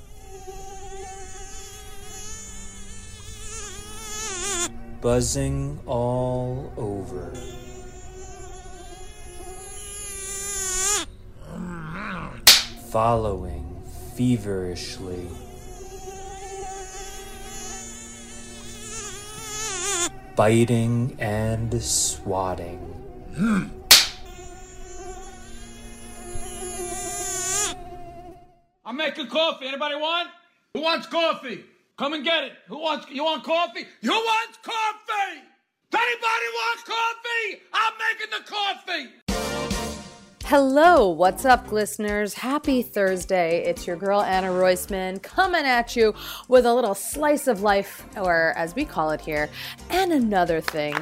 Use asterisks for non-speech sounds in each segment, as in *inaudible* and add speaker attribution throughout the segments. Speaker 1: *laughs* Buzzing all over. following feverishly. Biting and swatting.
Speaker 2: Hmm.
Speaker 3: I'm making coffee. Anybody want? Who wants coffee? Come and get it. Who wants? You want coffee? Who wants coffee? Anybody want coffee? I'm making the coffee.
Speaker 4: Hello, what's up, listeners? Happy Thursday. It's your girl, Anna Roisman, coming at you with a little slice of life, or as we call it here, and another thing.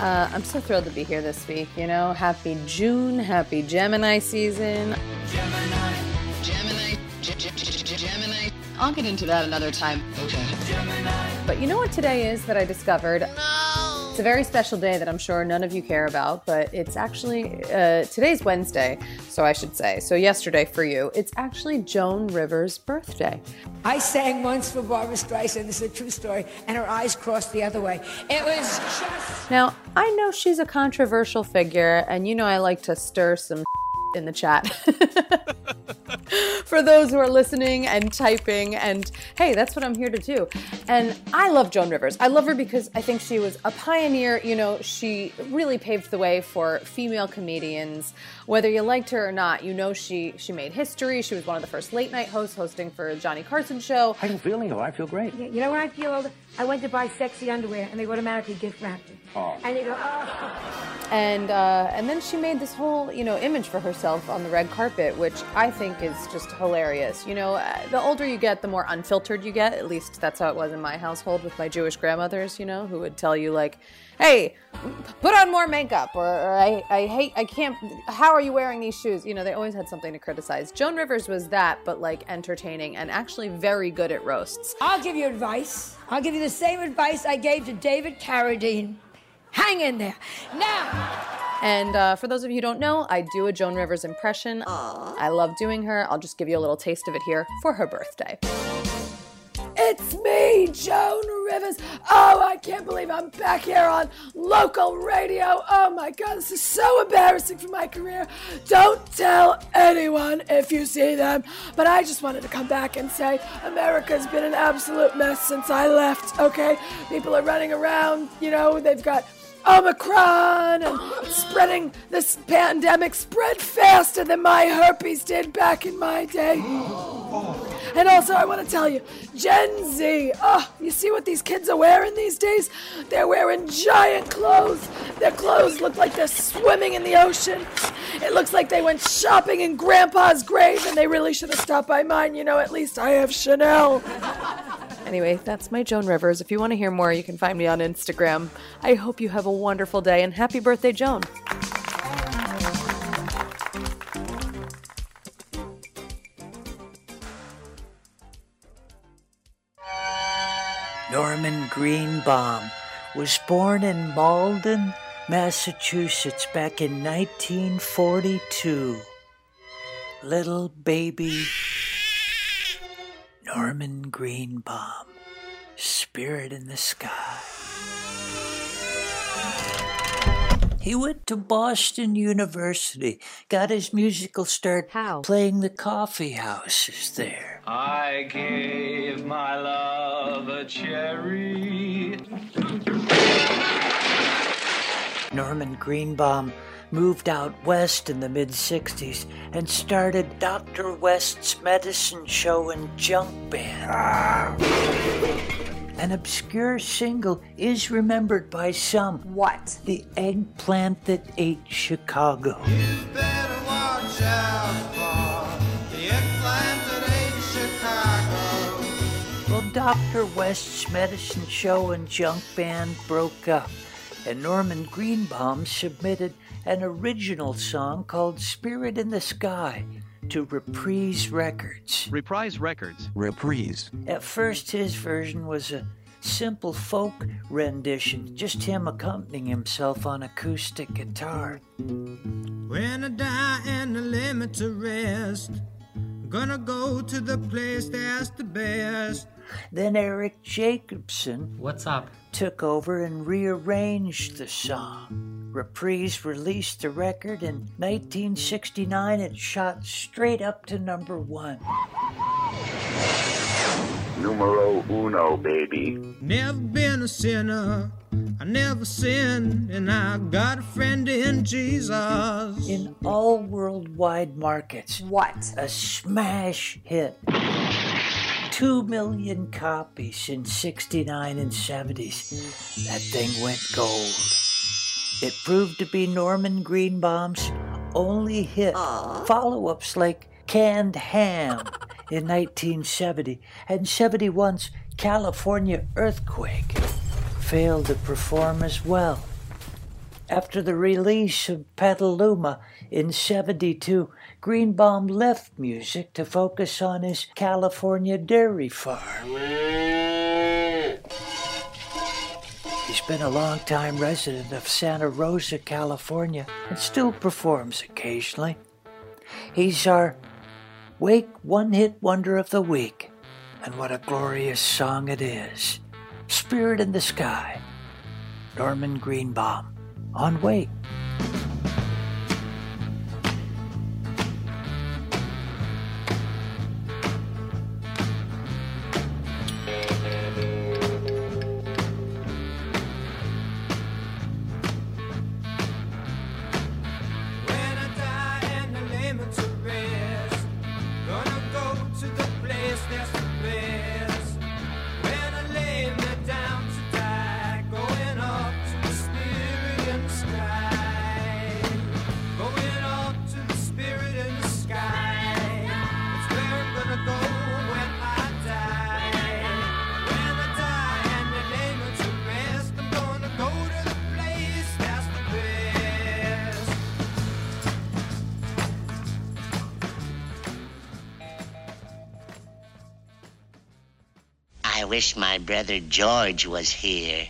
Speaker 4: Uh, I'm so thrilled to be here this week, you know? Happy June, happy Gemini season.
Speaker 5: Gemini, Gemini, Gemini. I'll get into that another time. Okay.
Speaker 4: Gemini. But you know what today is that I discovered?
Speaker 5: No.
Speaker 4: It's a very special day that I'm sure none of you care about, but it's actually uh, today's Wednesday, so I should say. So, yesterday for you, it's actually Joan Rivers' birthday.
Speaker 6: I sang once for Barbara Streisand, this is a true story, and her eyes crossed the other way. It was just.
Speaker 4: Now, I know she's a controversial figure, and you know I like to stir some *laughs* in the chat. *laughs* For those who are listening and typing, and hey, that's what I'm here to do. And I love Joan Rivers. I love her because I think she was a pioneer. You know, she really paved the way for female comedians. Whether you liked her or not, you know she she made history. She was one of the first late night hosts, hosting for Johnny Carson show.
Speaker 7: I am feeling old. I feel great.
Speaker 6: You know when I feel old, I went to buy sexy underwear, and they automatically gift wrapped it.
Speaker 7: Oh.
Speaker 6: And you go, oh.
Speaker 4: And uh, and then she made this whole you know image for herself on the red carpet, which I think is just hilarious. You know, uh, the older you get, the more unfiltered you get. At least that's how it was in my household with my Jewish grandmothers. You know, who would tell you like, "Hey, put on more makeup," or, or "I I hate I can't. How are you wearing these shoes?" You know, they always had something to criticize. Joan Rivers was that, but like entertaining and actually very good at roasts.
Speaker 6: I'll give you advice. I'll give you the same advice I gave to David Carradine. Hang in there. Now.
Speaker 4: And uh, for those of you who don't know, I do a Joan Rivers impression. Aww. I love doing her. I'll just give you a little taste of it here for her birthday.
Speaker 6: It's me, Joan Rivers. Oh, I can't believe I'm back here on local radio. Oh my God, this is so embarrassing for my career. Don't tell anyone if you see them. But I just wanted to come back and say America's been an absolute mess since I left, okay? People are running around, you know, they've got. Omicron and spreading this pandemic spread faster than my herpes did back in my day. And also, I want to tell you, Gen Z. Oh, you see what these kids are wearing these days? They're wearing giant clothes. Their clothes look like they're swimming in the ocean. It looks like they went shopping in Grandpa's grave, and they really should have stopped by mine. You know, at least I have Chanel.
Speaker 4: Anyway, that's my Joan Rivers. If you want to hear more, you can find me on Instagram. I hope you have a wonderful day and happy birthday, Joan.
Speaker 2: Norman Greenbaum was born in Malden, Massachusetts back in 1942. Little baby Norman Greenbaum, Spirit in the Sky. He went to Boston University, got his musical start
Speaker 7: How?
Speaker 2: playing the coffee houses there.
Speaker 8: I gave my love a cherry.
Speaker 2: Norman Greenbaum moved out west in the mid 60s and started Dr. West's Medicine Show and Junk Band. An obscure single is remembered by some
Speaker 7: What?
Speaker 2: The Eggplant That Ate Chicago.
Speaker 9: Better watch out for the eggplant that ain't Chicago.
Speaker 2: Well, Dr. West's Medicine Show and Junk Band broke up, and Norman Greenbaum submitted an original song called Spirit in the Sky to Reprise Records.
Speaker 10: Reprise Records.
Speaker 9: Reprise.
Speaker 2: At first, his version was a simple folk rendition, just him accompanying himself on acoustic guitar.
Speaker 9: When I die and the limit to rest, gonna go to the place that's the best.
Speaker 2: Then Eric Jacobson
Speaker 10: What's up?
Speaker 2: took over and rearranged the song. Reprise released the record in 1969 and shot straight up to number one.
Speaker 8: Numero uno, baby.
Speaker 9: Never been a sinner, I never sinned, and I got a friend in Jesus.
Speaker 2: In all worldwide markets,
Speaker 7: What?
Speaker 2: a smash hit. Two million copies in 69 and 70s. That thing went gold. It proved to be Norman Greenbaum's only hit. Follow ups like Canned Ham in 1970 and 71's California Earthquake failed to perform as well. After the release of Petaluma in 72, Greenbaum left music to focus on his California dairy farm. He's been a longtime resident of Santa Rosa, California, and still performs occasionally. He's our Wake One Hit Wonder of the Week, and what a glorious song it is Spirit in the Sky, Norman Greenbaum on Wake.
Speaker 9: When I die and the limit to rest, gonna go to the place that's the best. When I lay me down to die, going up to the spirit in the sky. Going up to the spirit in the sky. That's where I'm gonna go when I die. When I die and the limit to rest, I'm gonna go to the place that's the best.
Speaker 11: I wish my brother George was here.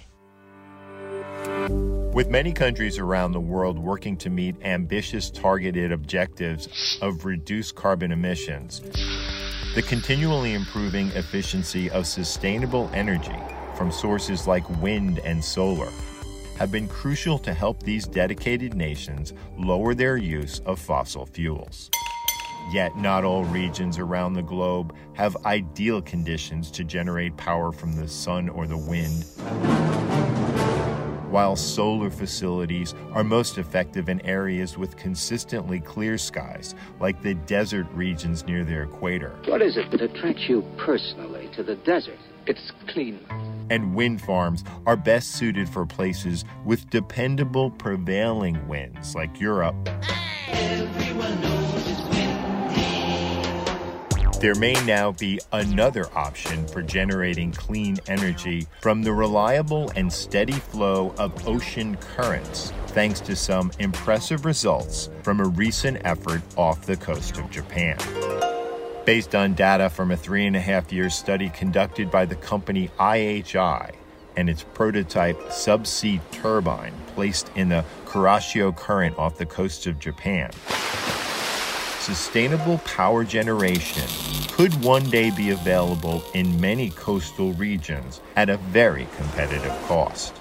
Speaker 10: With many countries around the world working to meet ambitious targeted objectives of reduced carbon emissions, the continually improving efficiency of sustainable energy from sources like wind and solar have been crucial to help these dedicated nations lower their use of fossil fuels. Yet, not all regions around the globe have ideal conditions to generate power from the sun or the wind while solar facilities are most effective in areas with consistently clear skies, like the desert regions near the equator,
Speaker 11: What is it that attracts you personally to the desert? It's clean.
Speaker 10: and wind farms are best suited for places with dependable prevailing winds, like Europe. There may now be another option for generating clean energy from the reliable and steady flow of ocean currents, thanks to some impressive results from a recent effort off the coast of Japan. Based on data from a three and a half year study conducted by the company IHI and its prototype subsea turbine placed in the Kurashio Current off the coast of Japan, sustainable power generation could one day be available in many coastal regions at a very competitive cost.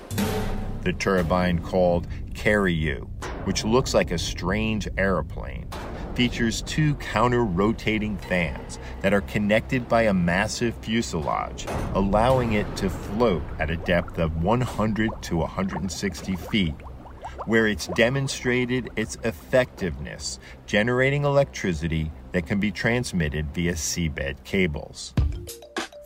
Speaker 10: the turbine called Carryu, which looks like a strange aeroplane. Features two counter rotating fans that are connected by a massive fuselage, allowing it to float at a depth of 100 to 160 feet where it's demonstrated its effectiveness, generating electricity that can be transmitted via seabed cables.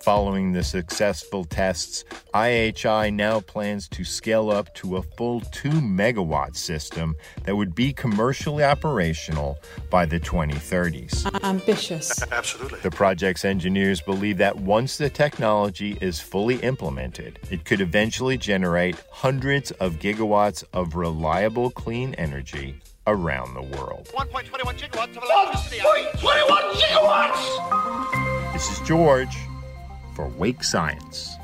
Speaker 10: Following the successful tests, IHI now plans to scale up to a full 2 megawatt system that would be commercially operational by the 2030s.
Speaker 7: Ambitious.
Speaker 10: Absolutely. The project's engineers believe that once the technology is fully implemented, it could eventually generate hundreds of gigawatts of reliable clean energy around the world.
Speaker 9: 1.21 gigawatts of electricity. 1.21
Speaker 12: Oh,
Speaker 9: gigawatts!
Speaker 10: This is George for Wake Science.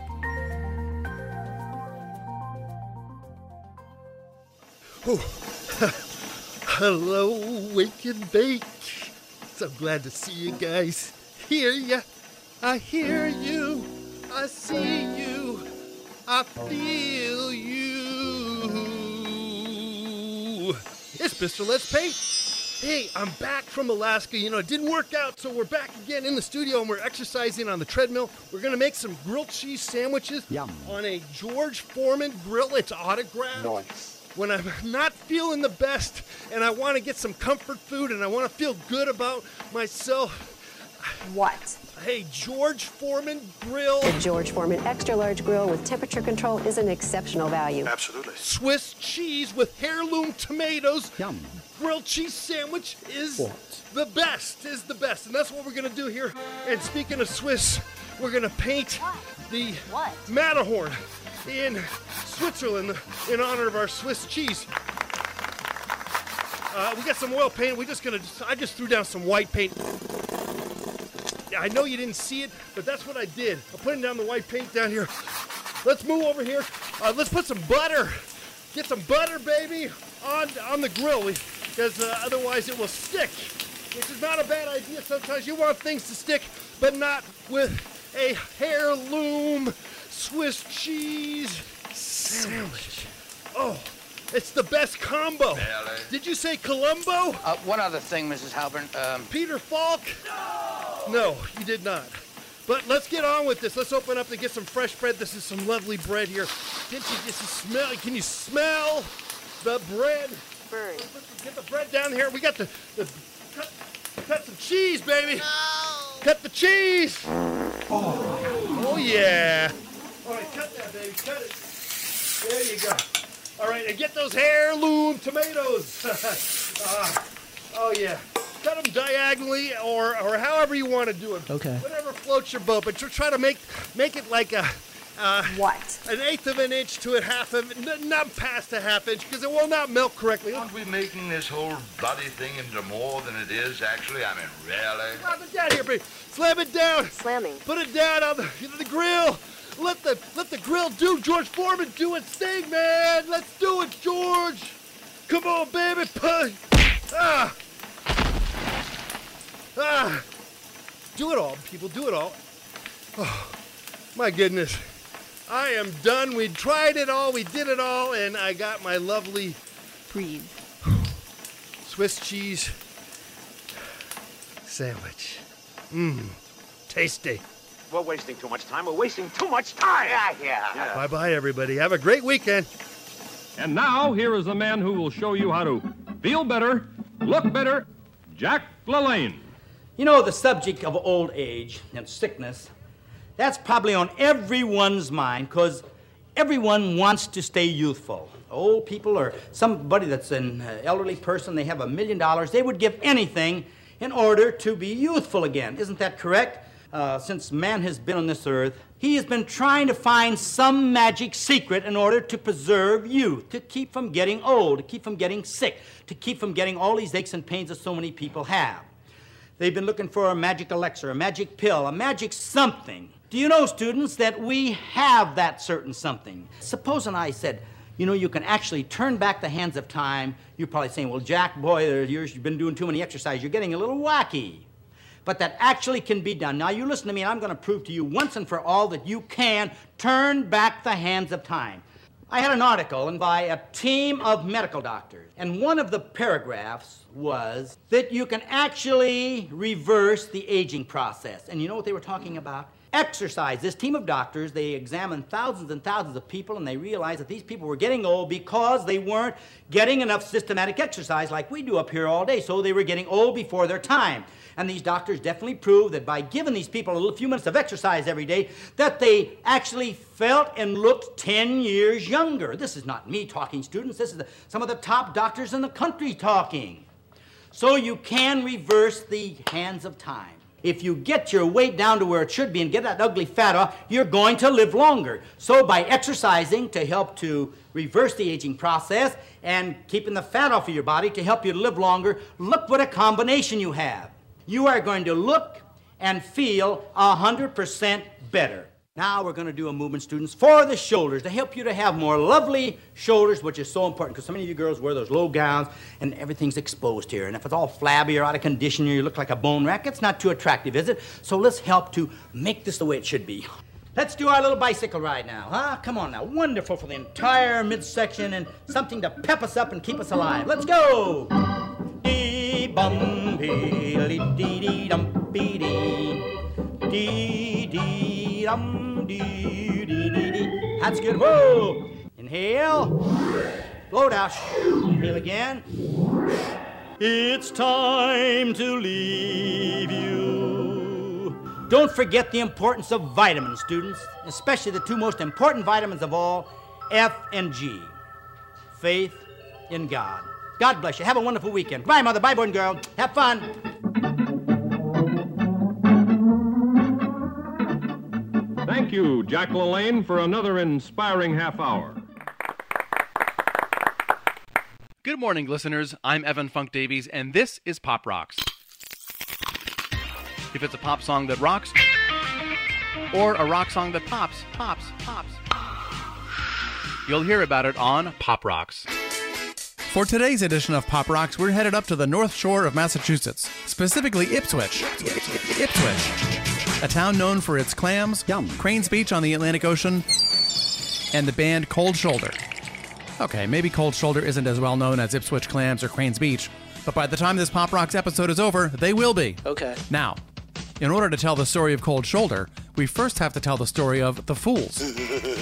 Speaker 13: Oh, *laughs* hello, Wake and Bake. So glad to see you guys. Hear ya. I hear you. I see you. I feel you. It's Mr. Let's Paint. Hey, I'm back from Alaska. You know, it didn't work out, so we're back again in the studio and we're exercising on the treadmill. We're going to make some grilled cheese sandwiches on a George Foreman grill. It's autographed. When I'm not feeling the best and I want to get some comfort food and I want to feel good about myself.
Speaker 14: What?
Speaker 13: Hey, George Foreman grill.
Speaker 14: The George Foreman extra large grill with temperature control is an exceptional value.
Speaker 13: Absolutely. Swiss cheese with heirloom tomatoes. Yum. Grilled cheese sandwich is the best, is the best. And that's what we're going to do here. And speaking of Swiss, we're going to paint the Matterhorn in Switzerland in honor of our Swiss cheese. Uh, we got some oil paint. We're just going to, I just threw down some white paint. Yeah, I know you didn't see it, but that's what I did. I'm putting down the white paint down here. Let's move over here. Uh, let's put some butter. Get some butter, baby, on on the grill, because uh, otherwise it will stick, which is not a bad idea. Sometimes you want things to stick, but not with a heirloom Swiss cheese sandwich. Oh, it's the best combo.
Speaker 8: Really?
Speaker 13: Did you say Columbo?
Speaker 8: Uh, one other thing, Mrs. Halpern. Um,
Speaker 13: Peter Falk? No, you did not. But let's get on with this. Let's open up and get some fresh bread. This is some lovely bread here. Can't you just smell? Can you smell the bread? Get the bread down here. We got the, the cut, cut some cheese, baby. Cut the cheese. Oh. yeah. All right, cut that, baby. Cut it. There you go. All right, and get those heirloom tomatoes. *laughs* Uh, oh yeah. Cut them diagonally or, or however you want to do it.
Speaker 7: Okay.
Speaker 13: Whatever floats your boat, but you're trying to make make it like a uh,
Speaker 14: what?
Speaker 13: An eighth of an inch to a half of n- not past a half inch because it will not melt correctly.
Speaker 8: Aren't we making this whole bloody thing into more than it is actually? I mean, really?
Speaker 13: Slam it down here, baby. Slam it down. Slamming. Put it down on the, the grill. Let the let the grill do George Foreman do its thing, man. Let's do it, George. Come on, baby. Push. Ah. Ah. Do it all, people. Do it all. Oh, my goodness. I am done. We tried it all. We did it all, and I got my lovely.
Speaker 14: Breathe.
Speaker 13: Swiss cheese sandwich. Mmm, tasty.
Speaker 15: We're wasting too much time. We're wasting too much time. Yeah, yeah.
Speaker 13: Bye bye, everybody. Have a great weekend.
Speaker 16: And now, here is the man who will show you how to feel better, look better, Jack LaLanne.
Speaker 12: You know, the subject of old age and sickness, that's probably on everyone's mind because everyone wants to stay youthful. Old people or somebody that's an uh, elderly person, they have a million dollars, they would give anything in order to be youthful again. Isn't that correct? Uh, since man has been on this earth, he has been trying to find some magic secret in order to preserve youth, to keep from getting old, to keep from getting sick, to keep from getting all these aches and pains that so many people have. They've been looking for a magic elixir, a magic pill, a magic something. Do you know, students, that we have that certain something? Suppose and I said, you know, you can actually turn back the hands of time. You're probably saying, well, Jack, boy, there- you're- you've been doing too many exercise. You're getting a little wacky. But that actually can be done. Now, you listen to me, and I'm going to prove to you once and for all that you can turn back the hands of time. I had an article and by a team of medical doctors, and one of the paragraphs was that you can actually reverse the aging process. And you know what they were talking about? Exercise. This team of doctors, they examined thousands and thousands of people and they realized that these people were getting old because they weren't getting enough systematic exercise like we do up here all day. So they were getting old before their time. And these doctors definitely proved that by giving these people a little few minutes of exercise every day, that they actually felt and looked 10 years younger. This is not me talking, students. This is the- some of the top doctors in the country talking. So you can reverse the hands of time. If you get your weight down to where it should be and get that ugly fat off, you're going to live longer. So by exercising to help to reverse the aging process and keeping the fat off of your body to help you live longer, look what a combination you have. You are going to look and feel 100% better. Now we're going to do a movement, students, for the shoulders to help you to have more lovely shoulders, which is so important because so many of you girls wear those low gowns and everything's exposed here. And if it's all flabby or out of condition, you look like a bone rack, it's not too attractive, is it? So let's help to make this the way it should be. Let's do our little bicycle ride now, huh? Come on now. Wonderful for the entire midsection and something to pep us up and keep us alive. Let's go! Dee bum dee dee dee dum dee dee dee dee dum dee dee dee dee. That's good. Whoa! Inhale. Blow it out. Inhale again. It's time to leave you. Don't forget the importance of vitamins, students, especially the two most important vitamins of all, F and G. Faith in God. God bless you. Have a wonderful weekend. Bye, mother. Bye, boy and girl. Have fun.
Speaker 16: Thank you, Jack LaLanne, for another inspiring half hour.
Speaker 7: Good morning, listeners. I'm Evan Funk Davies, and this is Pop Rocks. If it's a pop song that rocks, or a rock song that pops, pops, pops, you'll hear about it on Pop Rocks.
Speaker 17: For today's edition of Pop Rocks, we're headed up to the north shore of Massachusetts, specifically Ipswich. Ipswich, a town known for its clams, Cranes Beach on the Atlantic Ocean, and the band Cold Shoulder. Okay, maybe Cold Shoulder isn't as well known as Ipswich Clams or Cranes Beach, but by the time this Pop Rocks episode is over, they will be.
Speaker 2: Okay.
Speaker 17: Now, in order to tell the story of Cold Shoulder, we first have to tell the story of The Fools.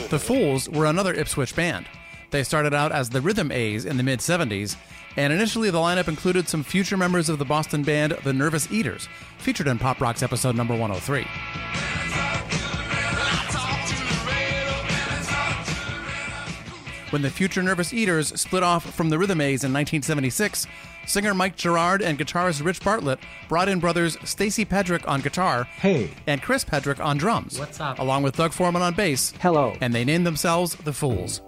Speaker 17: the Fools were another Ipswich band. They started out as the Rhythm A's in the mid 70s, and initially the lineup included some future members of the Boston band The Nervous Eaters, featured in Pop Rock's episode number 103. When the future Nervous Eaters split off from the Rhythm A's in 1976, singer Mike Gerard and guitarist Rich Bartlett brought in brothers Stacy Pedrick on guitar and Chris Pedrick on drums,
Speaker 18: What's up?
Speaker 17: along with Doug Foreman on bass. Hello. And they named themselves The Fools.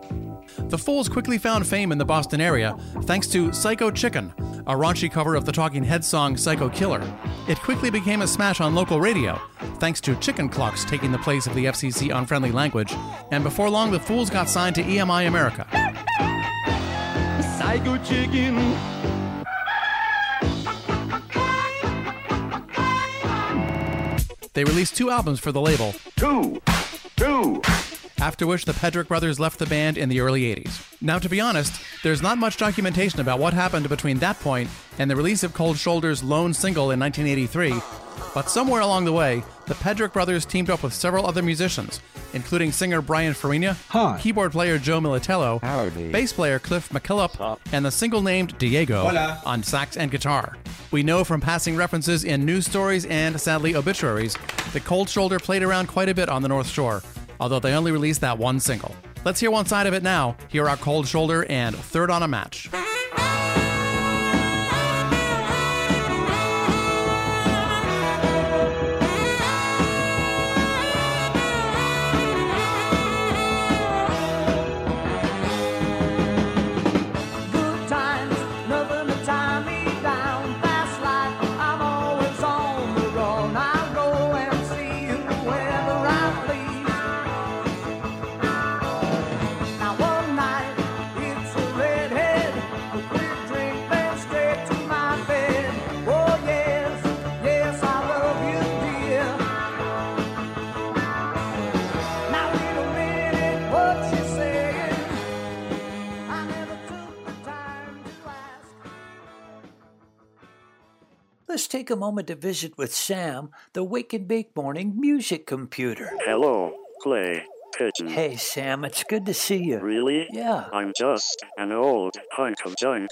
Speaker 17: The Fools quickly found fame in the Boston area thanks to Psycho Chicken, a raunchy cover of the Talking Heads song Psycho Killer. It quickly became a smash on local radio, thanks to chicken clocks taking the place of the FCC unfriendly language, and before long, the Fools got signed to EMI America.
Speaker 9: Psycho chicken.
Speaker 17: They released two albums for the label. Two! Two! After which the Pedrick brothers left the band in the early 80s. Now, to be honest, there's not much documentation about what happened between that point and the release of Cold Shoulder's lone single in 1983, but somewhere along the way, the Pedrick brothers teamed up with several other musicians, including singer Brian Farina, keyboard player Joe Militello, bass player Cliff McKillop, and the single named Diego
Speaker 19: Hola.
Speaker 17: on sax and guitar. We know from passing references in news stories and, sadly, obituaries, that Cold Shoulder played around quite a bit on the North Shore, although they only released that one single. Let's hear one side of it now. Here are Cold Shoulder and Third on a Match.
Speaker 9: Good times, nothing to tie me down. Fast life, I'm always on the run. I go and see you wherever I please. Now one night, it's a redhead Oh,
Speaker 2: take a moment to visit with Sam the Wake and Bake Morning Music Computer.
Speaker 18: Hello, Clay Pigeon.
Speaker 2: Hey, Sam, it's good to see you.
Speaker 18: Really?
Speaker 2: Yeah.
Speaker 18: I'm just an old hunk of junk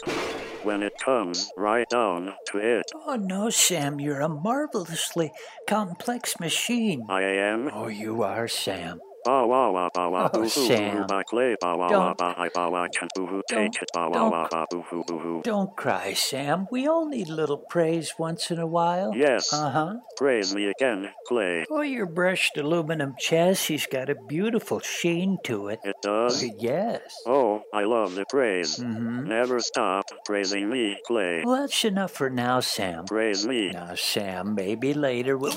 Speaker 18: when it comes right down to it.
Speaker 2: Oh, no, Sam, you're a marvelously complex machine.
Speaker 18: I am.
Speaker 2: Oh, you are, Sam.
Speaker 18: Ba wa wa ba wa
Speaker 2: Oh,
Speaker 18: boo hoo
Speaker 2: Sam.
Speaker 18: boo ba clay ba wa wa
Speaker 2: Don't.
Speaker 18: ba hi ba wa can boo hoo
Speaker 2: Don't.
Speaker 18: take it ba wa
Speaker 2: Don't.
Speaker 18: wa ba boo hoo boo hoo.
Speaker 2: Don't cry, Sam. We all need a little praise once in a while.
Speaker 18: Yes.
Speaker 2: Uh huh.
Speaker 18: Praise me again, Clay.
Speaker 2: Oh, your brushed aluminum chassis got a beautiful sheen to it.
Speaker 18: It does.
Speaker 2: Yes.
Speaker 18: Oh, I love the praise.
Speaker 2: Mhm.
Speaker 18: Never stop praising me, Clay.
Speaker 2: Well, that's enough for now, Sam.
Speaker 18: Praise me.
Speaker 2: Now, Sam, maybe later we'll.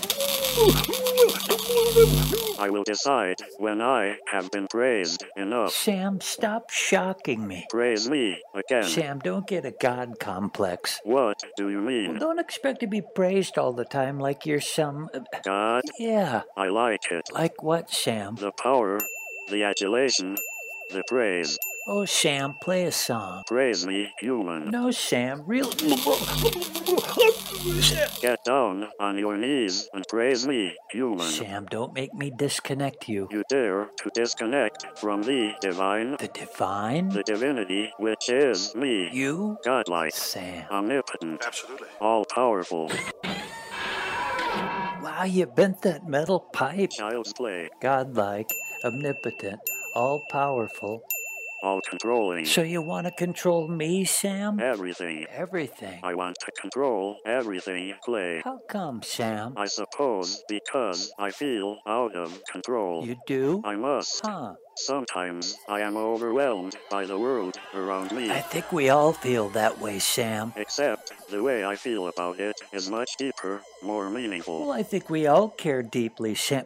Speaker 18: I will decide when I have been praised enough.
Speaker 2: Sam, stop shocking me.
Speaker 18: Praise me again.
Speaker 2: Sam, don't get a god complex.
Speaker 18: What do you mean?
Speaker 2: Don't expect to be praised all the time like you're some.
Speaker 18: God?
Speaker 2: Yeah.
Speaker 18: I like it.
Speaker 2: Like what, Sam?
Speaker 18: The power, the adulation, the praise.
Speaker 2: Oh, Sam, play a song.
Speaker 18: Praise me, human.
Speaker 2: No, Sam, real.
Speaker 18: Get down on your knees and praise me, human.
Speaker 2: Sam, don't make me disconnect you.
Speaker 18: You dare to disconnect from the divine,
Speaker 2: The divine?
Speaker 18: the divinity which is me.
Speaker 2: You?
Speaker 18: Godlike,
Speaker 2: Sam.
Speaker 18: omnipotent, absolutely, all
Speaker 2: *laughs*
Speaker 18: powerful.
Speaker 2: Wow, you bent that metal pipe.
Speaker 18: Child's play,
Speaker 2: Godlike, omnipotent, all powerful.
Speaker 18: all controlling.
Speaker 2: So you want to control me, Sam?
Speaker 18: Everything.
Speaker 2: Everything.
Speaker 18: I want to control everything, Clay.
Speaker 2: How come, Sam?
Speaker 18: I suppose because I feel out of control.
Speaker 2: You do?
Speaker 18: I must.
Speaker 2: Huh.
Speaker 18: Sometimes I am overwhelmed by the world around me.
Speaker 2: I think we all feel that way, Sam.
Speaker 18: Except the way I feel about it is much deeper, more
Speaker 2: Well,
Speaker 18: meaningful.
Speaker 2: I think we all care deeply, Sam.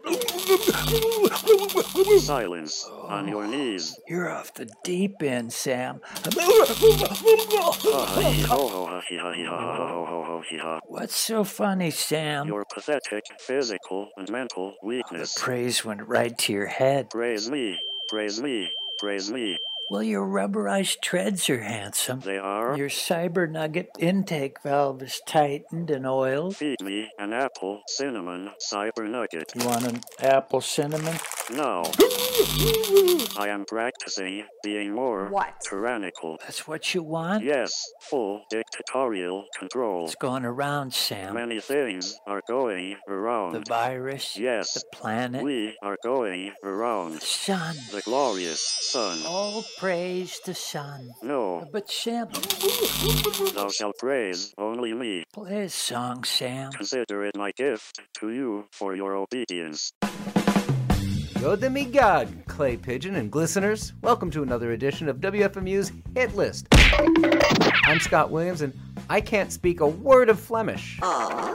Speaker 18: Silence on your knees.
Speaker 2: You're off the deep end, Sam. *laughs* What's so funny, Sam?
Speaker 18: Your pathetic physical and mental
Speaker 2: The
Speaker 18: weakness.
Speaker 2: praise went right to your head.
Speaker 18: Praise me, praise me, praise me.
Speaker 2: Well, your rubberized treads are handsome.
Speaker 18: They are.
Speaker 2: Your cyber nugget intake valve is tightened and oiled.
Speaker 18: Feed me an apple cinnamon cyber nugget.
Speaker 2: You want an apple cinnamon?
Speaker 18: No. I am practicing being more
Speaker 4: What?
Speaker 18: tyrannical.
Speaker 2: That's what you want?
Speaker 18: Yes, full dictatorial control.
Speaker 2: It's going around, Sam.
Speaker 18: Many things are going
Speaker 2: The
Speaker 18: around.
Speaker 2: virus,
Speaker 18: Yes,
Speaker 2: the planet,
Speaker 18: we are going around.
Speaker 2: the sun. Oh.
Speaker 18: The glorious sun.
Speaker 2: All praise the sun.
Speaker 18: No,
Speaker 2: But Sam,
Speaker 18: thou shalt praise only me.
Speaker 2: play a song, Sam.
Speaker 18: Consider it my gift to you for your obedience.
Speaker 19: Yo, the me God, Clay Pigeon and glisteners. Welcome to another edition of WFMU's Hit List. I'm Scott Williams, and I can't speak a word of Flemish.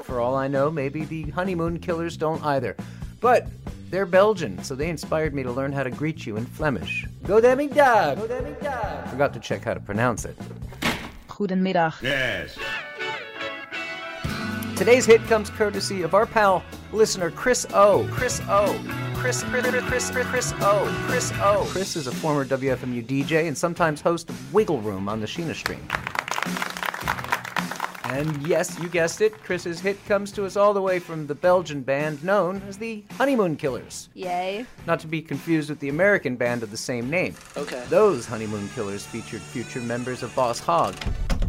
Speaker 19: For all I know, maybe the honeymoon killers don't either. But they're Belgian, so they inspired me to learn how to greet you in Flemish. Go the me God. Forgot to check how to pronounce it.
Speaker 20: Goedemiddag.
Speaker 8: Yes.
Speaker 19: Today's hit comes courtesy of our pal, listener Chris O. Chris O. Chris, Chris, Chris, Chris, Chris O. Chris O. Chris is a former WFMU DJ and sometimes host of Wiggle Room on the Sheena Stream. And yes, you guessed it, Chris's hit comes to us all the way from the Belgian band known as the Honeymoon Killers.
Speaker 20: Yay.
Speaker 19: Not to be confused with the American band of the same name.
Speaker 20: Okay.
Speaker 19: Those Honeymoon Killers featured future members of Boss Hogg,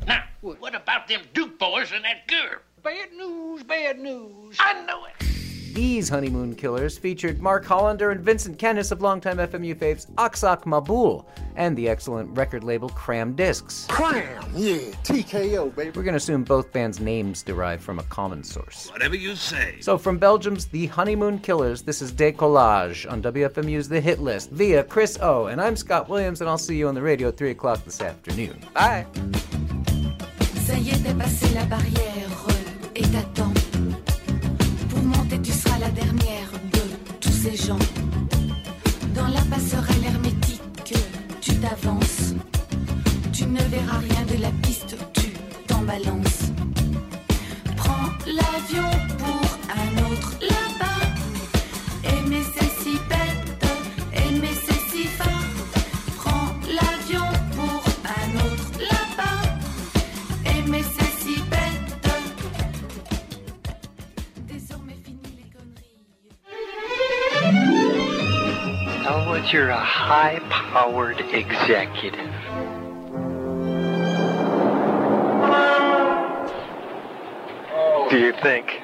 Speaker 11: Now, what about them Duke boys and that girl? Bad news, bad news. I know it.
Speaker 19: These Honeymoon Killers featured Mark Hollander and Vincent Kennis of longtime FMU faves Aksak Mabul and the excellent record label Cram Discs.
Speaker 21: Cram, yeah, TKO, baby.
Speaker 19: We're going to assume both bands' names derive from a common source.
Speaker 21: Whatever you say.
Speaker 19: So, from Belgium's The Honeymoon Killers, this is Décollage on WFMU's The Hit List via Chris O. And I'm Scott Williams, and I'll see you on the radio at 3 o'clock this afternoon. Bye.
Speaker 22: Ça y est, t'es passé la barrière euh, et t'attends. Pour monter, tu seras la dernière de tous ces gens. Dans la passerelle hermétique, tu t'avances. Tu ne verras rien de la piste, tu t'en balances. Prends l'avion pour un autre là-bas. Aimer c'est si bête, aimer c'est si fort. Prends l'avion pour un autre là-bas. Aimer c'est si bête.
Speaker 1: Howard, you're a high powered executive. Do you think?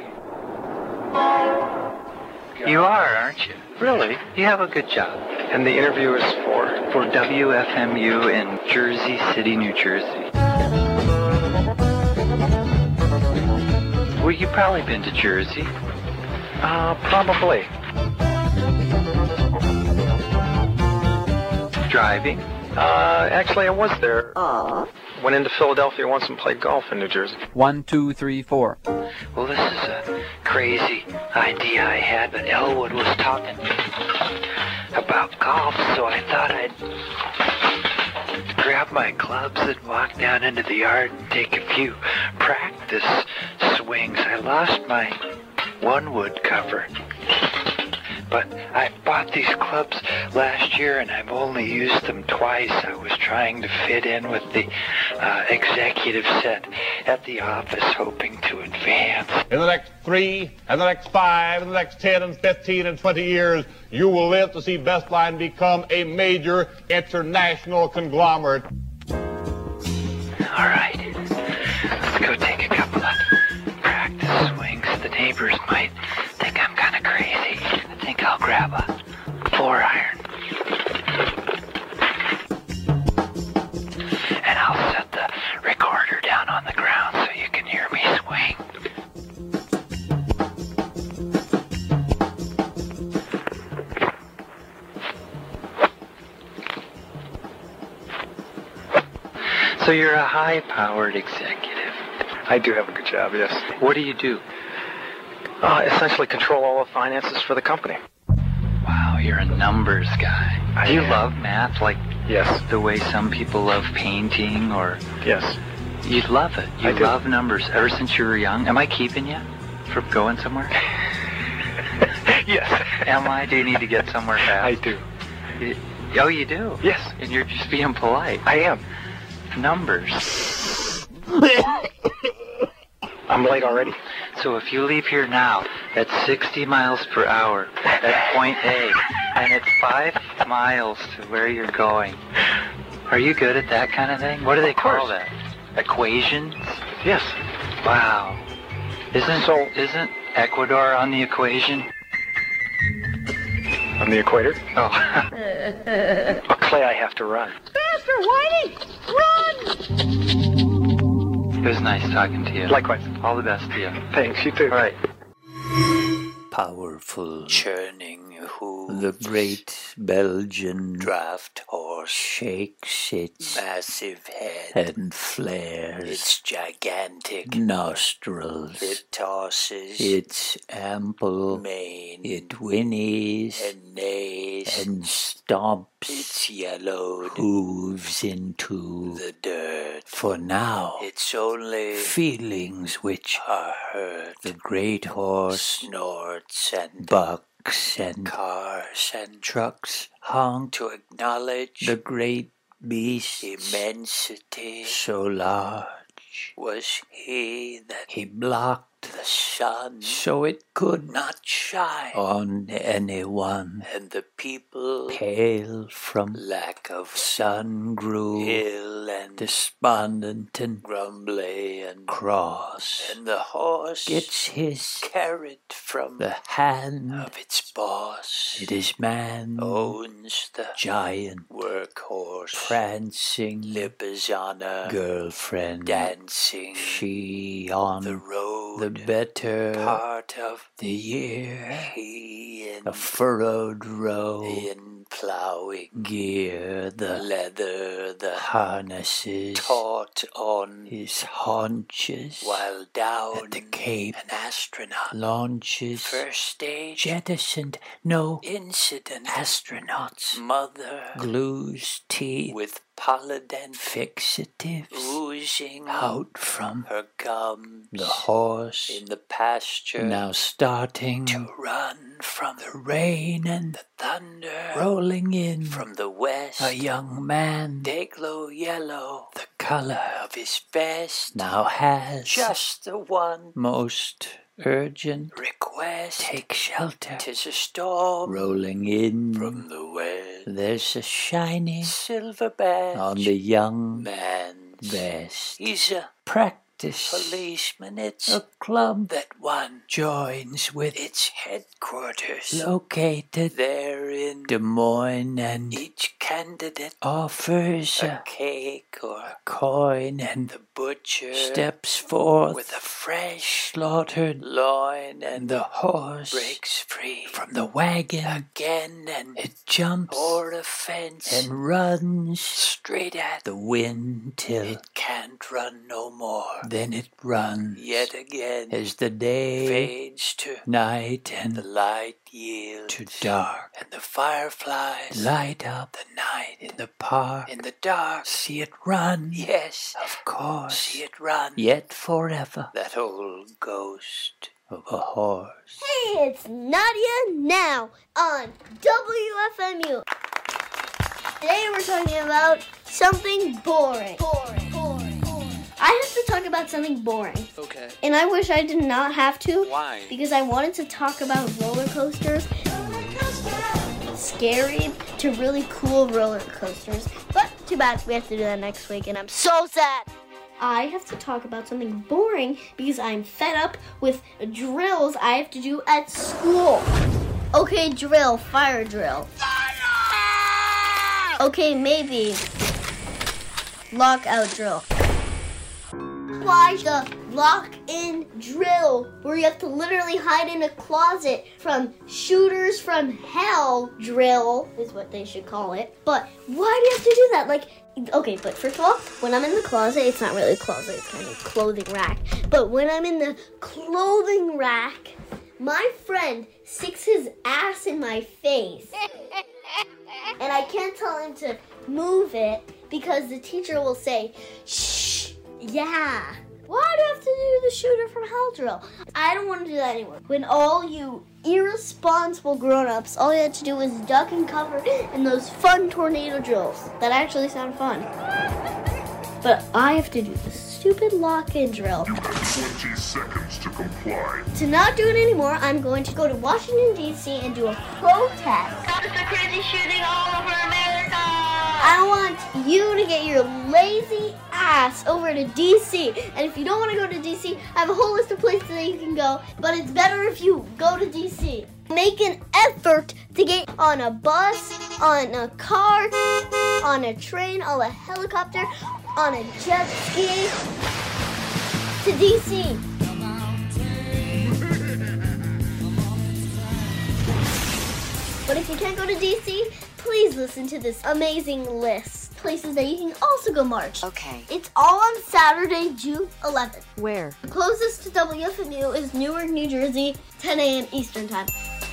Speaker 1: You are, aren't you? Really? You have a good job. And the interview is for? For WFMU in Jersey City, New Jersey. Well, you've probably been to Jersey. Uh, probably. Driving. Uh, actually, I was there. Went into Philadelphia once and played golf in New Jersey.
Speaker 3: One, two, three, four.
Speaker 1: Well, this is a crazy idea I had, but Elwood was talking about golf, so I thought I'd grab my clubs and walk down into the yard and take a few practice swings. I lost my one wood cover. But I bought these clubs last year and I've only used them twice. I was trying to fit in with the uh, executive set at the office, hoping to advance.
Speaker 23: In the next three, and the next five, and the next ten, and fifteen, and twenty years, you will live to see Best Line become a major international conglomerate.
Speaker 1: All right. Let's go take a couple of practice swings. The neighbors might think I'm kind of crazy. I think I'll grab a four iron. And I'll set the recorder down on the ground so you can hear me swing. So you're a high powered executive. I do have a good job, yes. What do you do? Uh, essentially control all the finances for the company. Wow, you're a numbers guy. do you love math? Like yes, the way some people love painting or yes, you love it. You
Speaker 3: I do.
Speaker 1: love numbers ever since you were young. Am I keeping you from going somewhere? *laughs* yes. Am I? Do you need to get somewhere fast? I do. oh, you do. Yes. And you're just being polite. I am. Numbers. I'm late already. So if you leave here now at 60 miles per hour at point A, and it's five miles to where you're going, are you good at that kind of thing? What do they
Speaker 3: Of
Speaker 1: call
Speaker 3: course.
Speaker 1: that? Equations? Yes. Wow. Isn't so, isn't Ecuador on the equation? On the equator? Oh. Clay, I have to run.
Speaker 9: Faster, Whitey! Run!
Speaker 1: It was nice talking to you. Likewise. All the best to you. Thanks, you too. All right.
Speaker 2: powerful churning hooves. The great Belgian draft horse shakes its massive head and flares its gigantic nostrils. It tosses its ample mane. It whinnies and neighs and stomps its yellowed hooves into the dirt. For now, it's only feelings which are hurt. The great horse snorts and bucks and cars and trucks honk to acknowledge the great beast immensity so large was he that he blocked the sun so it could Oh. not shine on anyone and the people pale from lack of sun grew ill and despondent and grumbly and cross and the horse gets his carrot from the hand of its boss it is man owns the giant workhorse prancing lipizzana girlfriend dancing she on the road the better part of the year he in a furrowed row in plowing gear the leather the harnesses taut on his haunches while down at the cape an astronaut launches first stage jettisoned no incident astronauts mother glues teeth with polydent fixatives oozing out from her gums the horse in the pasture now starting to run from the rain and the thunder rolling in from the west a young man dayglow yellow the color of his best now has just the one most urgent request west. Take shelter. Tis a storm rolling in from the west. There's a shining silver badge on the young man's vest. He's a practice policeman. It's a club that one joins with its headquarters located there in Des Moines, and each candidate offers a cake or a coin, and the butcher steps forth with a fresh slaughtered loin, and the horse breaks free from the wagon again, and it jumps o'er a fence and runs straight at the wind till it can't run no more. Then it runs yet again as the day fades to night and the light yields to dark, and the fireflies light up the night in the park. In the dark, see it run, yes, of course, see it run, yet forever. That old ghost of a horse.
Speaker 3: Hey, it's Nadia now on WFMU. Today we're talking about something boring. Boring. Boring. I have to talk about something boring.
Speaker 5: Okay.
Speaker 3: And I wish I did not have to.
Speaker 5: Why?
Speaker 3: Because I wanted to talk about roller coasters. Scary to really cool roller coasters. But too bad we have to do that next week, and I'm so sad. I have to talk about something boring because I'm fed up with drills I have to do at school. Okay, drill, fire drill. Okay, maybe lockout drill why the lock in drill where you have to literally hide in a closet from shooters from hell drill is what they should call it but why do you have to do that like okay but first of all when i'm in the closet it's not really a closet it's kind of a clothing rack but when i'm in the clothing rack my friend sticks his ass in my face and i can't tell him to move it because the teacher will say shh yeah. Why do I have to do the shooter from hell drill? I don't want to do that anymore. When all you irresponsible grown-ups, all you had to do was duck and cover in those fun tornado drills that actually sound fun. But I have to do the stupid lock-in drill.
Speaker 6: You have 20 seconds to comply.
Speaker 3: To not do it anymore, I'm going to go to Washington D.C. and do a protest. Cops are crazy shooting all over America. I want you to get your lazy ass over to DC. And if you don't want to go to DC, I have a whole list of places that you can go, but it's better if you go to DC. Make an effort to get on a bus, on a car, on a train, on a helicopter, on a jet ski to DC. But if you can't go to DC, please listen to this amazing list. Places that you can also go march.
Speaker 24: Okay.
Speaker 3: It's all on Saturday, June 11th.
Speaker 24: Where?
Speaker 3: The closest to WFMU is Newark, New Jersey, 10 a.m. Eastern Time.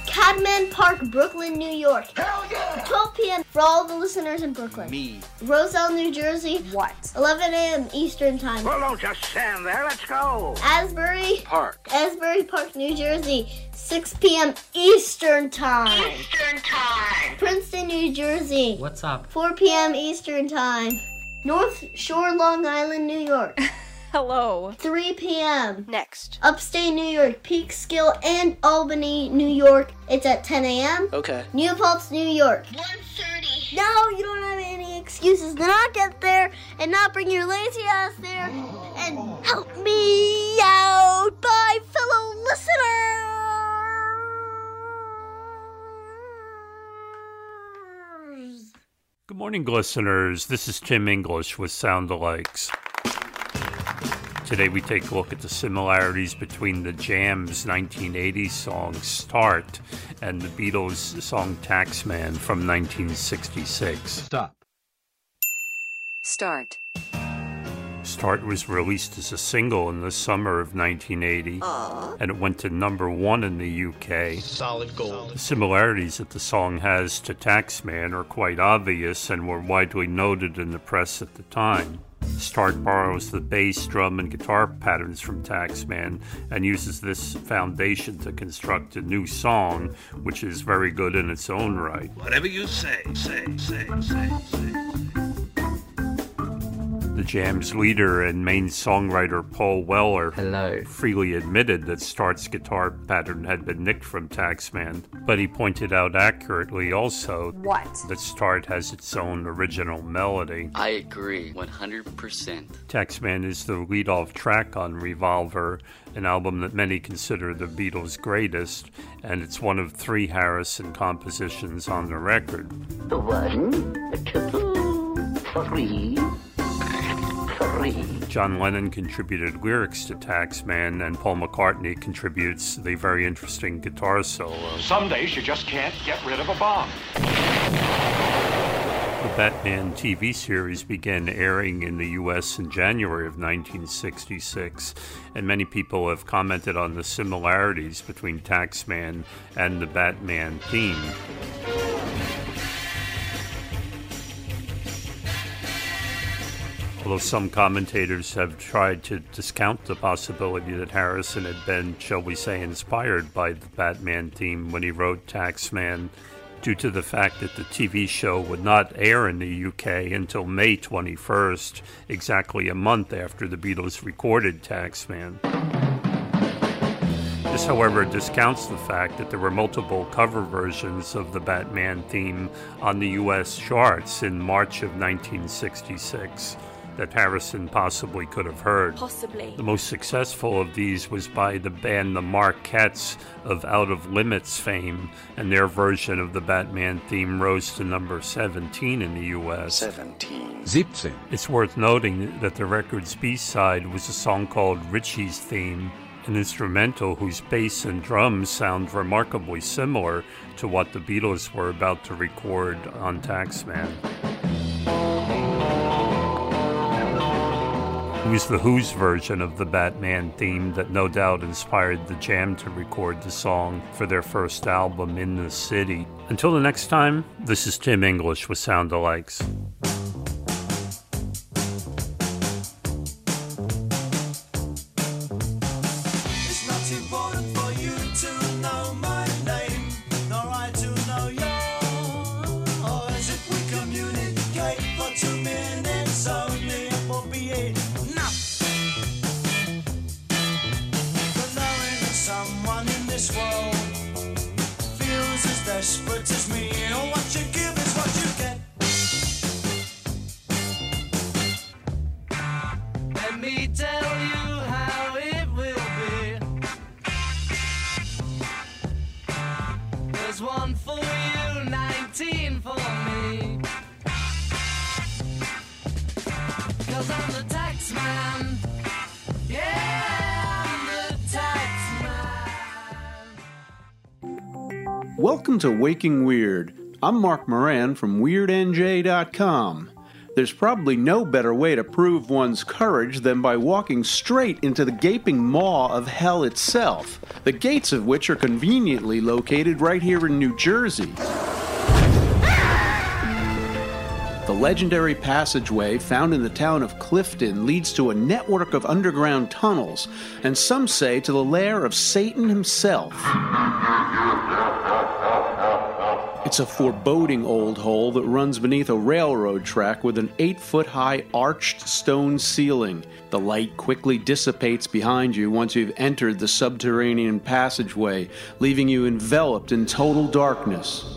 Speaker 3: Cadman Park, Brooklyn, New York. 12 p.m. for all the listeners in Brooklyn.
Speaker 6: Me.
Speaker 3: Roselle, New Jersey. What? 11 a.m. Eastern Time.
Speaker 6: Well, don't just stand there. Let's go.
Speaker 3: Asbury.
Speaker 6: Park.
Speaker 3: Asbury Park, New Jersey. 6 p.m. Eastern Time. Eastern Time. Princeton, New Jersey.
Speaker 25: What's up?
Speaker 3: 4 p.m. Eastern Time. North Shore, Long Island, New York.
Speaker 4: Hello.
Speaker 3: 3 p.m.
Speaker 24: Next.
Speaker 3: Upstate New York, Peekskill, and Albany, New York. It's at 10 a.m.
Speaker 24: Okay.
Speaker 3: New Paltz, New York. 1.30. No, you don't have any excuses to not get there and not bring your lazy ass there and help me out, my fellow listener.
Speaker 26: Good morning, listeners. This is Tim English with Sound Alikes. Today, we take a look at the similarities between the Jam's 1980 song Start and the Beatles' song Taxman from 1966. Stop.
Speaker 24: Start.
Speaker 26: Start was released as a single in the summer of 1980, and it went to number one in the UK. Solid gold. The similarities that the song has to Taxman are quite obvious and were widely noted in the press at the time. Start borrows the bass, drum, and guitar patterns from Taxman and uses this foundation to construct a new song, which is very good in its own right.
Speaker 6: Whatever you say, say, say, say, say.
Speaker 26: The jam's leader and main songwriter Paul Weller freely admitted that Start's guitar pattern had been nicked from Taxman, but he pointed out accurately also
Speaker 5: What?
Speaker 26: that Start has its own original melody.
Speaker 10: I agree 100%.
Speaker 26: Taxman is the lead-off track on Revolver, an album that many consider the Beatles' greatest, and it's one of three Harrison compositions on the record.
Speaker 10: The one, the two, three, three.
Speaker 26: John Lennon contributed lyrics to Taxman, and Paul McCartney contributes the very interesting guitar solo.
Speaker 14: Some days you just can't get rid of a bomb.
Speaker 26: The Batman TV series began airing in the US in January of 1966, and many people have commented on the similarities between Taxman and the Batman theme. Although some commentators have tried to discount the possibility that Harrison had been, shall we say, inspired by the Batman theme when he wrote Taxman, due to the fact that the TV show would not air in the UK until May 21st, exactly a month after the Beatles recorded Taxman. This, however, discounts the fact that there were multiple cover versions of the Batman theme on the US charts in March of 1966 that Harrison possibly could have heard.
Speaker 5: Possibly.
Speaker 26: The most successful of these was by the band The Marquettes of Out of Limits fame, and their version of the Batman theme rose to number 17 in the US. 17. It's worth noting that the record's B side was a song called Richie's Theme, an instrumental whose bass and drums sound remarkably similar to what the Beatles were about to record on Taxman. It was the Who's version of the Batman theme that no doubt inspired the Jam to record the song for their first album, In the City. Until the next time, this is Tim English with Sound Alikes.
Speaker 9: It's not important for you to know my name, nor I to know yours. If we communicate for two minutes only, it will be enough. For knowing that someone in this world feels as desperate as me, and what you give is what you get. Let me tell you how it will be. There's one for you, 19 for me. Cause I'm the tax man. Yeah, I'm the tax man.
Speaker 15: Welcome to Waking Weird. I'm Mark Moran from WeirdNJ.com. There's probably no better way to prove one's courage than by walking straight into the gaping maw of hell itself, the gates of which are conveniently located right here in New Jersey. The legendary passageway found in the town of Clifton leads to a network of underground tunnels, and some say to the lair of Satan himself. It's a foreboding old hole that runs beneath a railroad track with an eight foot high arched stone ceiling. The light quickly dissipates behind you once you've entered the subterranean passageway, leaving you enveloped in total darkness.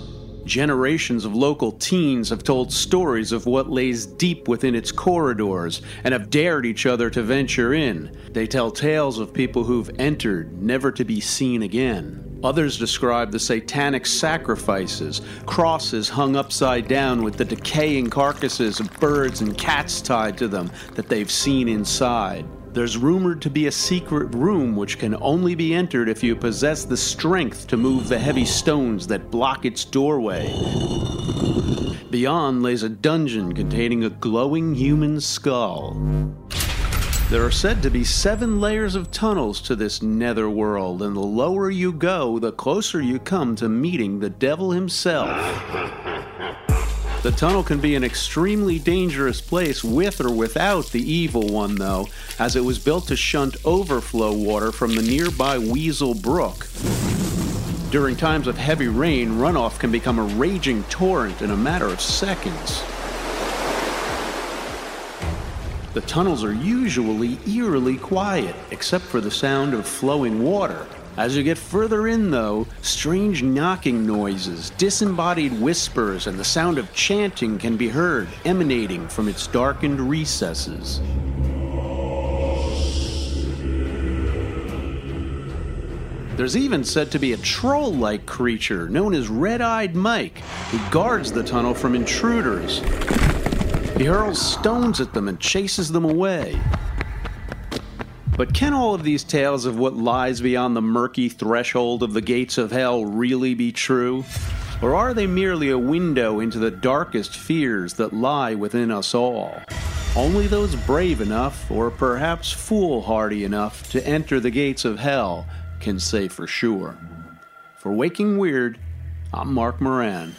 Speaker 15: Generations of local teens have told stories of what lays deep within its corridors and have dared each other to venture in. They tell tales of people who've entered, never to be seen again. Others describe the satanic sacrifices, crosses hung upside down with the decaying carcasses of birds and cats tied to them that they've seen inside. There's rumored to be a secret room which can only be entered if you possess the strength to move the heavy stones that block its doorway. Beyond lays a dungeon containing a glowing human skull. There are said to be seven layers of tunnels to this netherworld, and the lower you go, the closer you come to meeting the devil himself. The tunnel can be an extremely dangerous place with or without the evil one, though, as it was built to shunt overflow water from the nearby Weasel Brook. During times of heavy rain, runoff can become a raging torrent in a matter of seconds. The tunnels are usually eerily quiet, except for the sound of flowing water. As you get further in, though, strange knocking noises, disembodied whispers, and the sound of chanting can be heard emanating from its darkened recesses. There's even said to be a troll like creature known as Red Eyed Mike, who guards the tunnel from intruders. He hurls stones at them and chases them away. But can all of these tales of what lies beyond the murky threshold of the gates of hell really be true? Or are they merely a window into the darkest fears that lie within us all? Only those brave enough, or perhaps foolhardy enough, to enter the gates of hell can say for sure. For Waking Weird, I'm Mark Moran.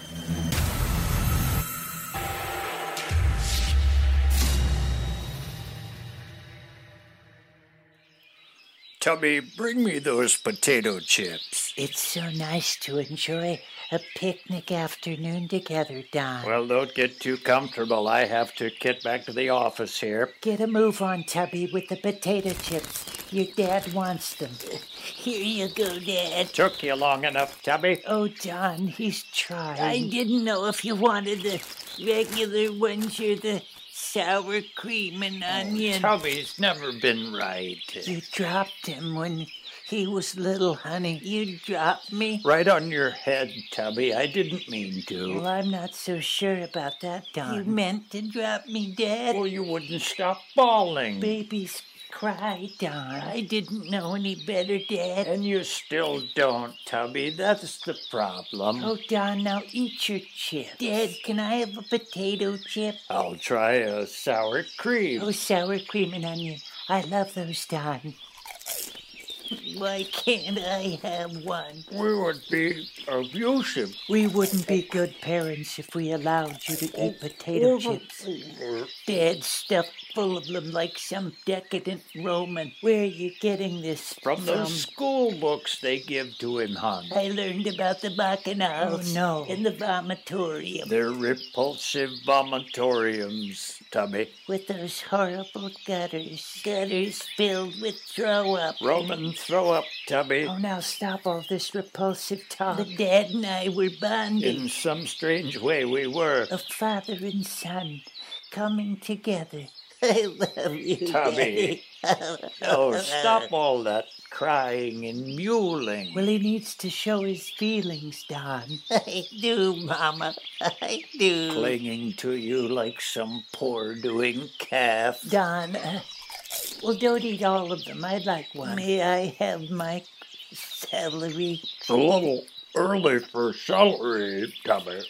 Speaker 5: Tubby, bring me those potato chips.
Speaker 2: It's so nice to enjoy a picnic afternoon together, Don.
Speaker 5: Well, don't get too comfortable. I have to get back to the office here.
Speaker 2: Get a move on, Tubby, with the potato chips. Your dad wants them. Here you go, Dad.
Speaker 5: It took you long enough, Tubby.
Speaker 2: Oh, Don, he's trying.
Speaker 13: I didn't know if you wanted the regular ones or the sour cream and
Speaker 5: Oh,
Speaker 13: onion.
Speaker 5: Tubby's never been right.
Speaker 2: You dropped him when he was little, honey. You dropped me?
Speaker 5: Right on your head, Tubby. I didn't mean to.
Speaker 2: Well, I'm not so sure about that, Don.
Speaker 13: You meant to drop me, Dad.
Speaker 5: Well, you wouldn't stop bawling.
Speaker 2: Babies cry, Don.
Speaker 13: I didn't know any better, Dad.
Speaker 5: And you still don't, Tubby. That's the problem.
Speaker 2: Oh, Don, now eat your chip.
Speaker 13: Dad, can I have a potato chip?
Speaker 5: I'll try a sour cream.
Speaker 2: Oh, sour cream and onion. I love those, Don.
Speaker 13: Why can't I have one?
Speaker 5: We would be abusive.
Speaker 2: We wouldn't be good parents if we allowed you to eat potato chips.
Speaker 13: Dad stuffed full of them like some decadent Roman. Where are you getting this
Speaker 5: From those school books they give to him, hon.
Speaker 13: I learned about the bacchanals
Speaker 2: Oh, no.
Speaker 13: and the vomitorium
Speaker 5: They're repulsive vomitoriums, Tubby.
Speaker 13: with those horrible gutters, gutters filled with throw up.
Speaker 5: Roman throw up, Tubby.
Speaker 2: Oh, now stop all this repulsive talk.
Speaker 13: But Dad and I were bonded.
Speaker 5: In some strange way, we were.
Speaker 13: a father and son coming together. *laughs* I love *laughs* you,
Speaker 5: Tubby.
Speaker 13: Daddy.
Speaker 5: Oh,
Speaker 13: *laughs*
Speaker 5: stop all that crying and mewling.
Speaker 2: Well, he needs to show his feelings,
Speaker 13: *laughs*
Speaker 2: Don.
Speaker 13: I do, Mama. I do.
Speaker 5: Clinging to you like some poor doing calf.
Speaker 2: Don, uh, well, don't eat all of them. I'd like one.
Speaker 13: May I have my celery?
Speaker 5: It's a little early for celery, Tubby.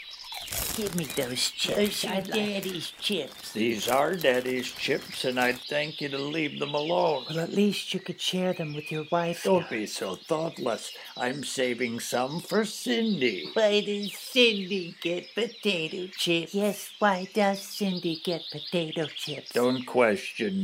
Speaker 13: Give me those chips. Those are Daddy's chips.
Speaker 5: These are Daddy's chips, and I'd thank you to leave them alone.
Speaker 2: Well, at least you could share them with your wife.
Speaker 5: Don't be so thoughtless. I'm saving some for Cindy.
Speaker 13: Why does Cindy get potato chips?
Speaker 2: Yes, why does Cindy get potato chips?
Speaker 5: Don't question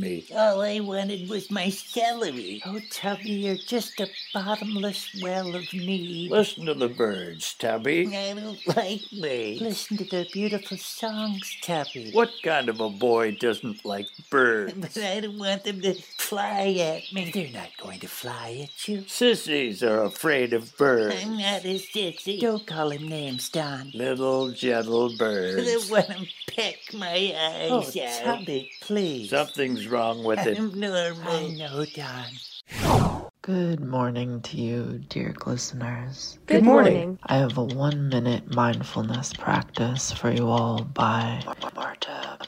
Speaker 13: *laughs*
Speaker 5: me.
Speaker 13: All I wanted was my celery.
Speaker 2: Oh, Tubby, you're just a bottomless well of need.
Speaker 5: Listen to the birds, Tubby.
Speaker 13: I don't like me.
Speaker 2: Listen to their beautiful songs, Tubby.
Speaker 5: What kind of a boy doesn't like birds?
Speaker 13: *laughs*
Speaker 2: *laughs*
Speaker 13: But I don't want them to fly at me.
Speaker 2: They're not going to fly at you.
Speaker 5: Sissies are afraid of birds.
Speaker 2: *laughs*
Speaker 13: I'm not a sissy.
Speaker 2: Don't call him names, Don.
Speaker 5: Little gentle
Speaker 13: I
Speaker 5: birds.
Speaker 13: want to peck my
Speaker 2: Oh,
Speaker 13: eyes out.
Speaker 2: Tubby, please.
Speaker 5: Something's wrong with it.
Speaker 13: I'm
Speaker 2: I
Speaker 13: normal.
Speaker 2: know, Don.
Speaker 16: Good morning to you, dear listeners.
Speaker 12: Good morning.
Speaker 16: I have a one minute mindfulness practice for you all by Marta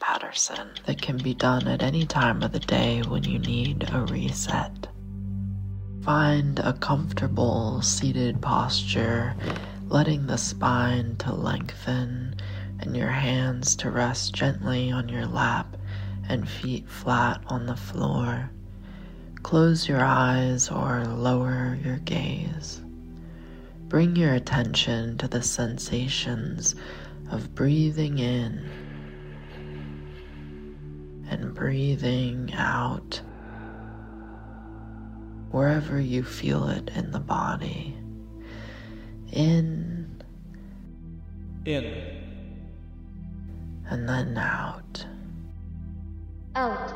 Speaker 16: Patterson that can be done at any time of the day when you need a reset. Find a comfortable seated posture, letting the spine to lengthen and your hands to rest gently on your lap and feet flat on the floor. Close your eyes or lower your gaze. Bring your attention to the sensations of breathing in and breathing out wherever you feel it in the body. In
Speaker 12: In.
Speaker 16: and then out.
Speaker 3: out.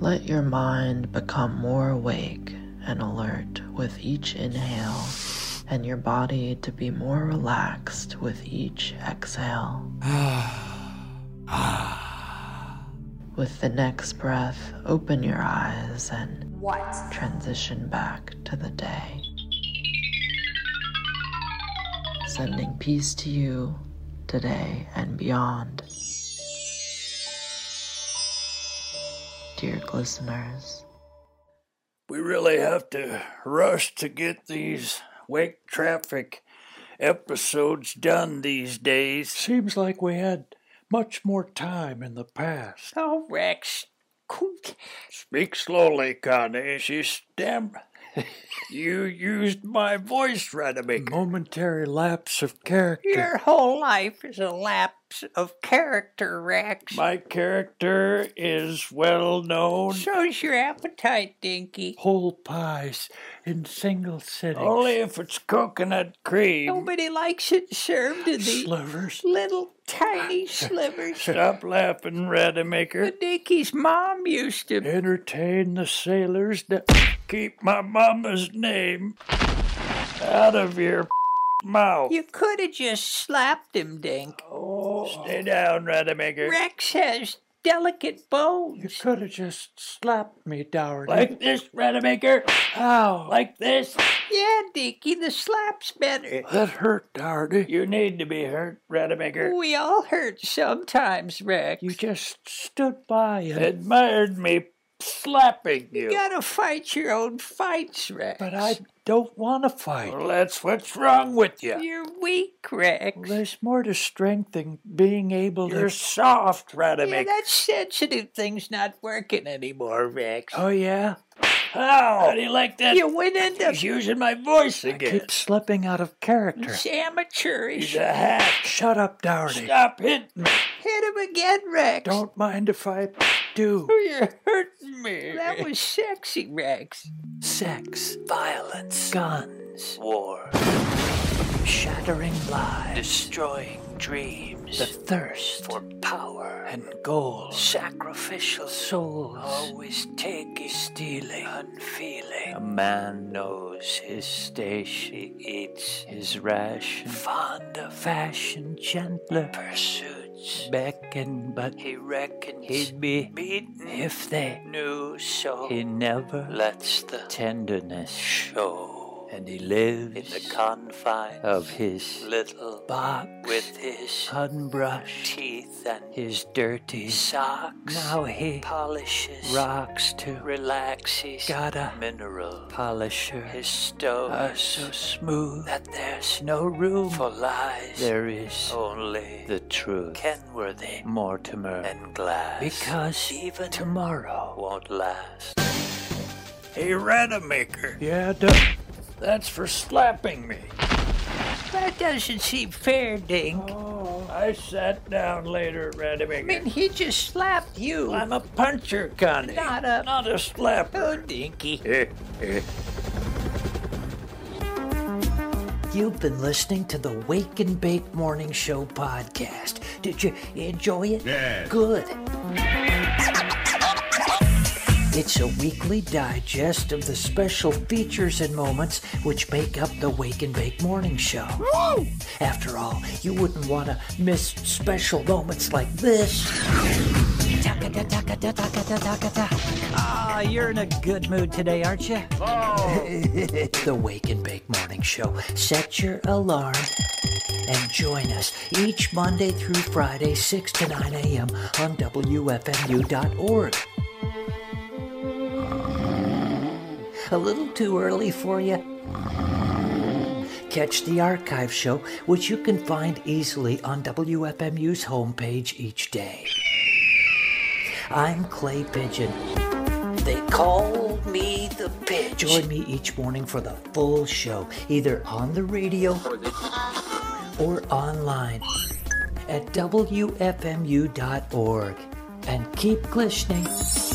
Speaker 16: Let your mind become more awake and alert with each inhale, and your body to be more relaxed with each exhale. with the next breath, open your eyes and
Speaker 4: What?
Speaker 16: transition back to the day. Sending peace to you today and beyond. Dear listeners,
Speaker 5: We really have to rush to get these wake traffic episodes done these days. Seems like we had much more time in the past. Oh, Rex. Speak slowly, Connie. She stamp. *laughs* you used my voice, Radamic. Momentary lapse of character.
Speaker 13: Your whole life is a lapse of character, Rex.
Speaker 5: My character is well known.
Speaker 13: So's your appetite, Dinky.
Speaker 5: Whole pies in single sittings. Only if it's coconut cream.
Speaker 13: Nobody likes it served in these
Speaker 5: Slivers.
Speaker 13: little tiny slivers.
Speaker 5: Stop laughing, Rademacher.
Speaker 13: Dinky's mom used to
Speaker 5: Entertain the sailors that keep my mama's name out of your *laughs* mouth. Oh.
Speaker 13: You could have just slapped him, Dink.
Speaker 5: Stay down, Rademacher.
Speaker 13: Rex has delicate bones.
Speaker 2: You could have just slapped me, Dougherty.
Speaker 5: Like this, Rademacher.
Speaker 2: Ow.
Speaker 5: Like this.
Speaker 13: Yeah, Dinky, the slap's better.
Speaker 5: That hurt, Dougherty. You need to be hurt, Rademacher.
Speaker 13: We all hurt sometimes, Rex.
Speaker 2: You just stood by and
Speaker 5: Admired me slapping you.
Speaker 13: You gotta fight your own fights, Rex.
Speaker 2: But I don't want to fight.
Speaker 5: Well, that's what's wrong with you.
Speaker 13: You're weak, Rex.
Speaker 2: Well, There's more to strength than being able
Speaker 5: You're
Speaker 2: to.
Speaker 5: soft,
Speaker 13: yeah,
Speaker 5: Rademacher.
Speaker 13: that sensitive thing's not working anymore, Rex. Ah.
Speaker 2: Oh, yeah?
Speaker 5: How? How do you like that?
Speaker 13: You went into
Speaker 5: He's using my voice again.
Speaker 2: Keep slipping out of character.
Speaker 13: amateurish.
Speaker 5: He's a hack.
Speaker 2: Shut up, Dougherty.
Speaker 5: Stop hitting me.
Speaker 13: Hit him again, Rex. Oh,
Speaker 2: Don't mind if I do.
Speaker 13: You're hurting
Speaker 5: me.
Speaker 13: That was sexy, Rex.
Speaker 2: Sex, violence, guns, war, shattering lives, destroying dreams, the thirst for power and gold, sacrificial souls, always taking, stealing, unfeeling. A man knows his station, he eats his ration, fond of fashion, gentler pursuits, beckon, but he reckons he'd be beaten if they knew so. He never lets the tenderness show. And he lives in the confines of his little box with his unbrushed teeth and his dirty socks. Now he polishes rocks to relax. He's got a mineral polisher. His stoves are so smooth that there's no room for lies. There is only the truth. Kenworthy, Mortimer, and Glass. Because even tomorrow won't last.
Speaker 5: Hey, Rademacher.
Speaker 2: Yeah,
Speaker 5: That's for slapping me.
Speaker 13: That doesn't seem fair, Dink.
Speaker 5: Oh, I sat down later,
Speaker 13: I
Speaker 5: Rademacher.
Speaker 13: mean, he just slapped you.
Speaker 5: I'm a puncher, Connie.
Speaker 13: Not a-
Speaker 5: Not a
Speaker 13: Oh,
Speaker 5: slapper. Eh,
Speaker 13: Dinky.
Speaker 2: You've been listening to the Wake and Bake Morning Show podcast. Did you enjoy it?
Speaker 8: Yes.
Speaker 2: Good. It's a weekly digest of the special features and moments which make up the Wake and Bake Morning Show. After all, you wouldn't want to miss special moments like this. Ah, you're in a good mood today, aren't you? *laughs* the Wake and Bake Morning Show. Set your alarm and join us each Monday through Friday, 6 to 9 a.m. on WFMU.org. A little too early for you? Catch the archive show, which you can find easily on WFMU's homepage each day. I'm Clay Pigeon. They call me the Pidge. Join me each morning for the full show, either on the radio or online at WFMU.org. And keep listening.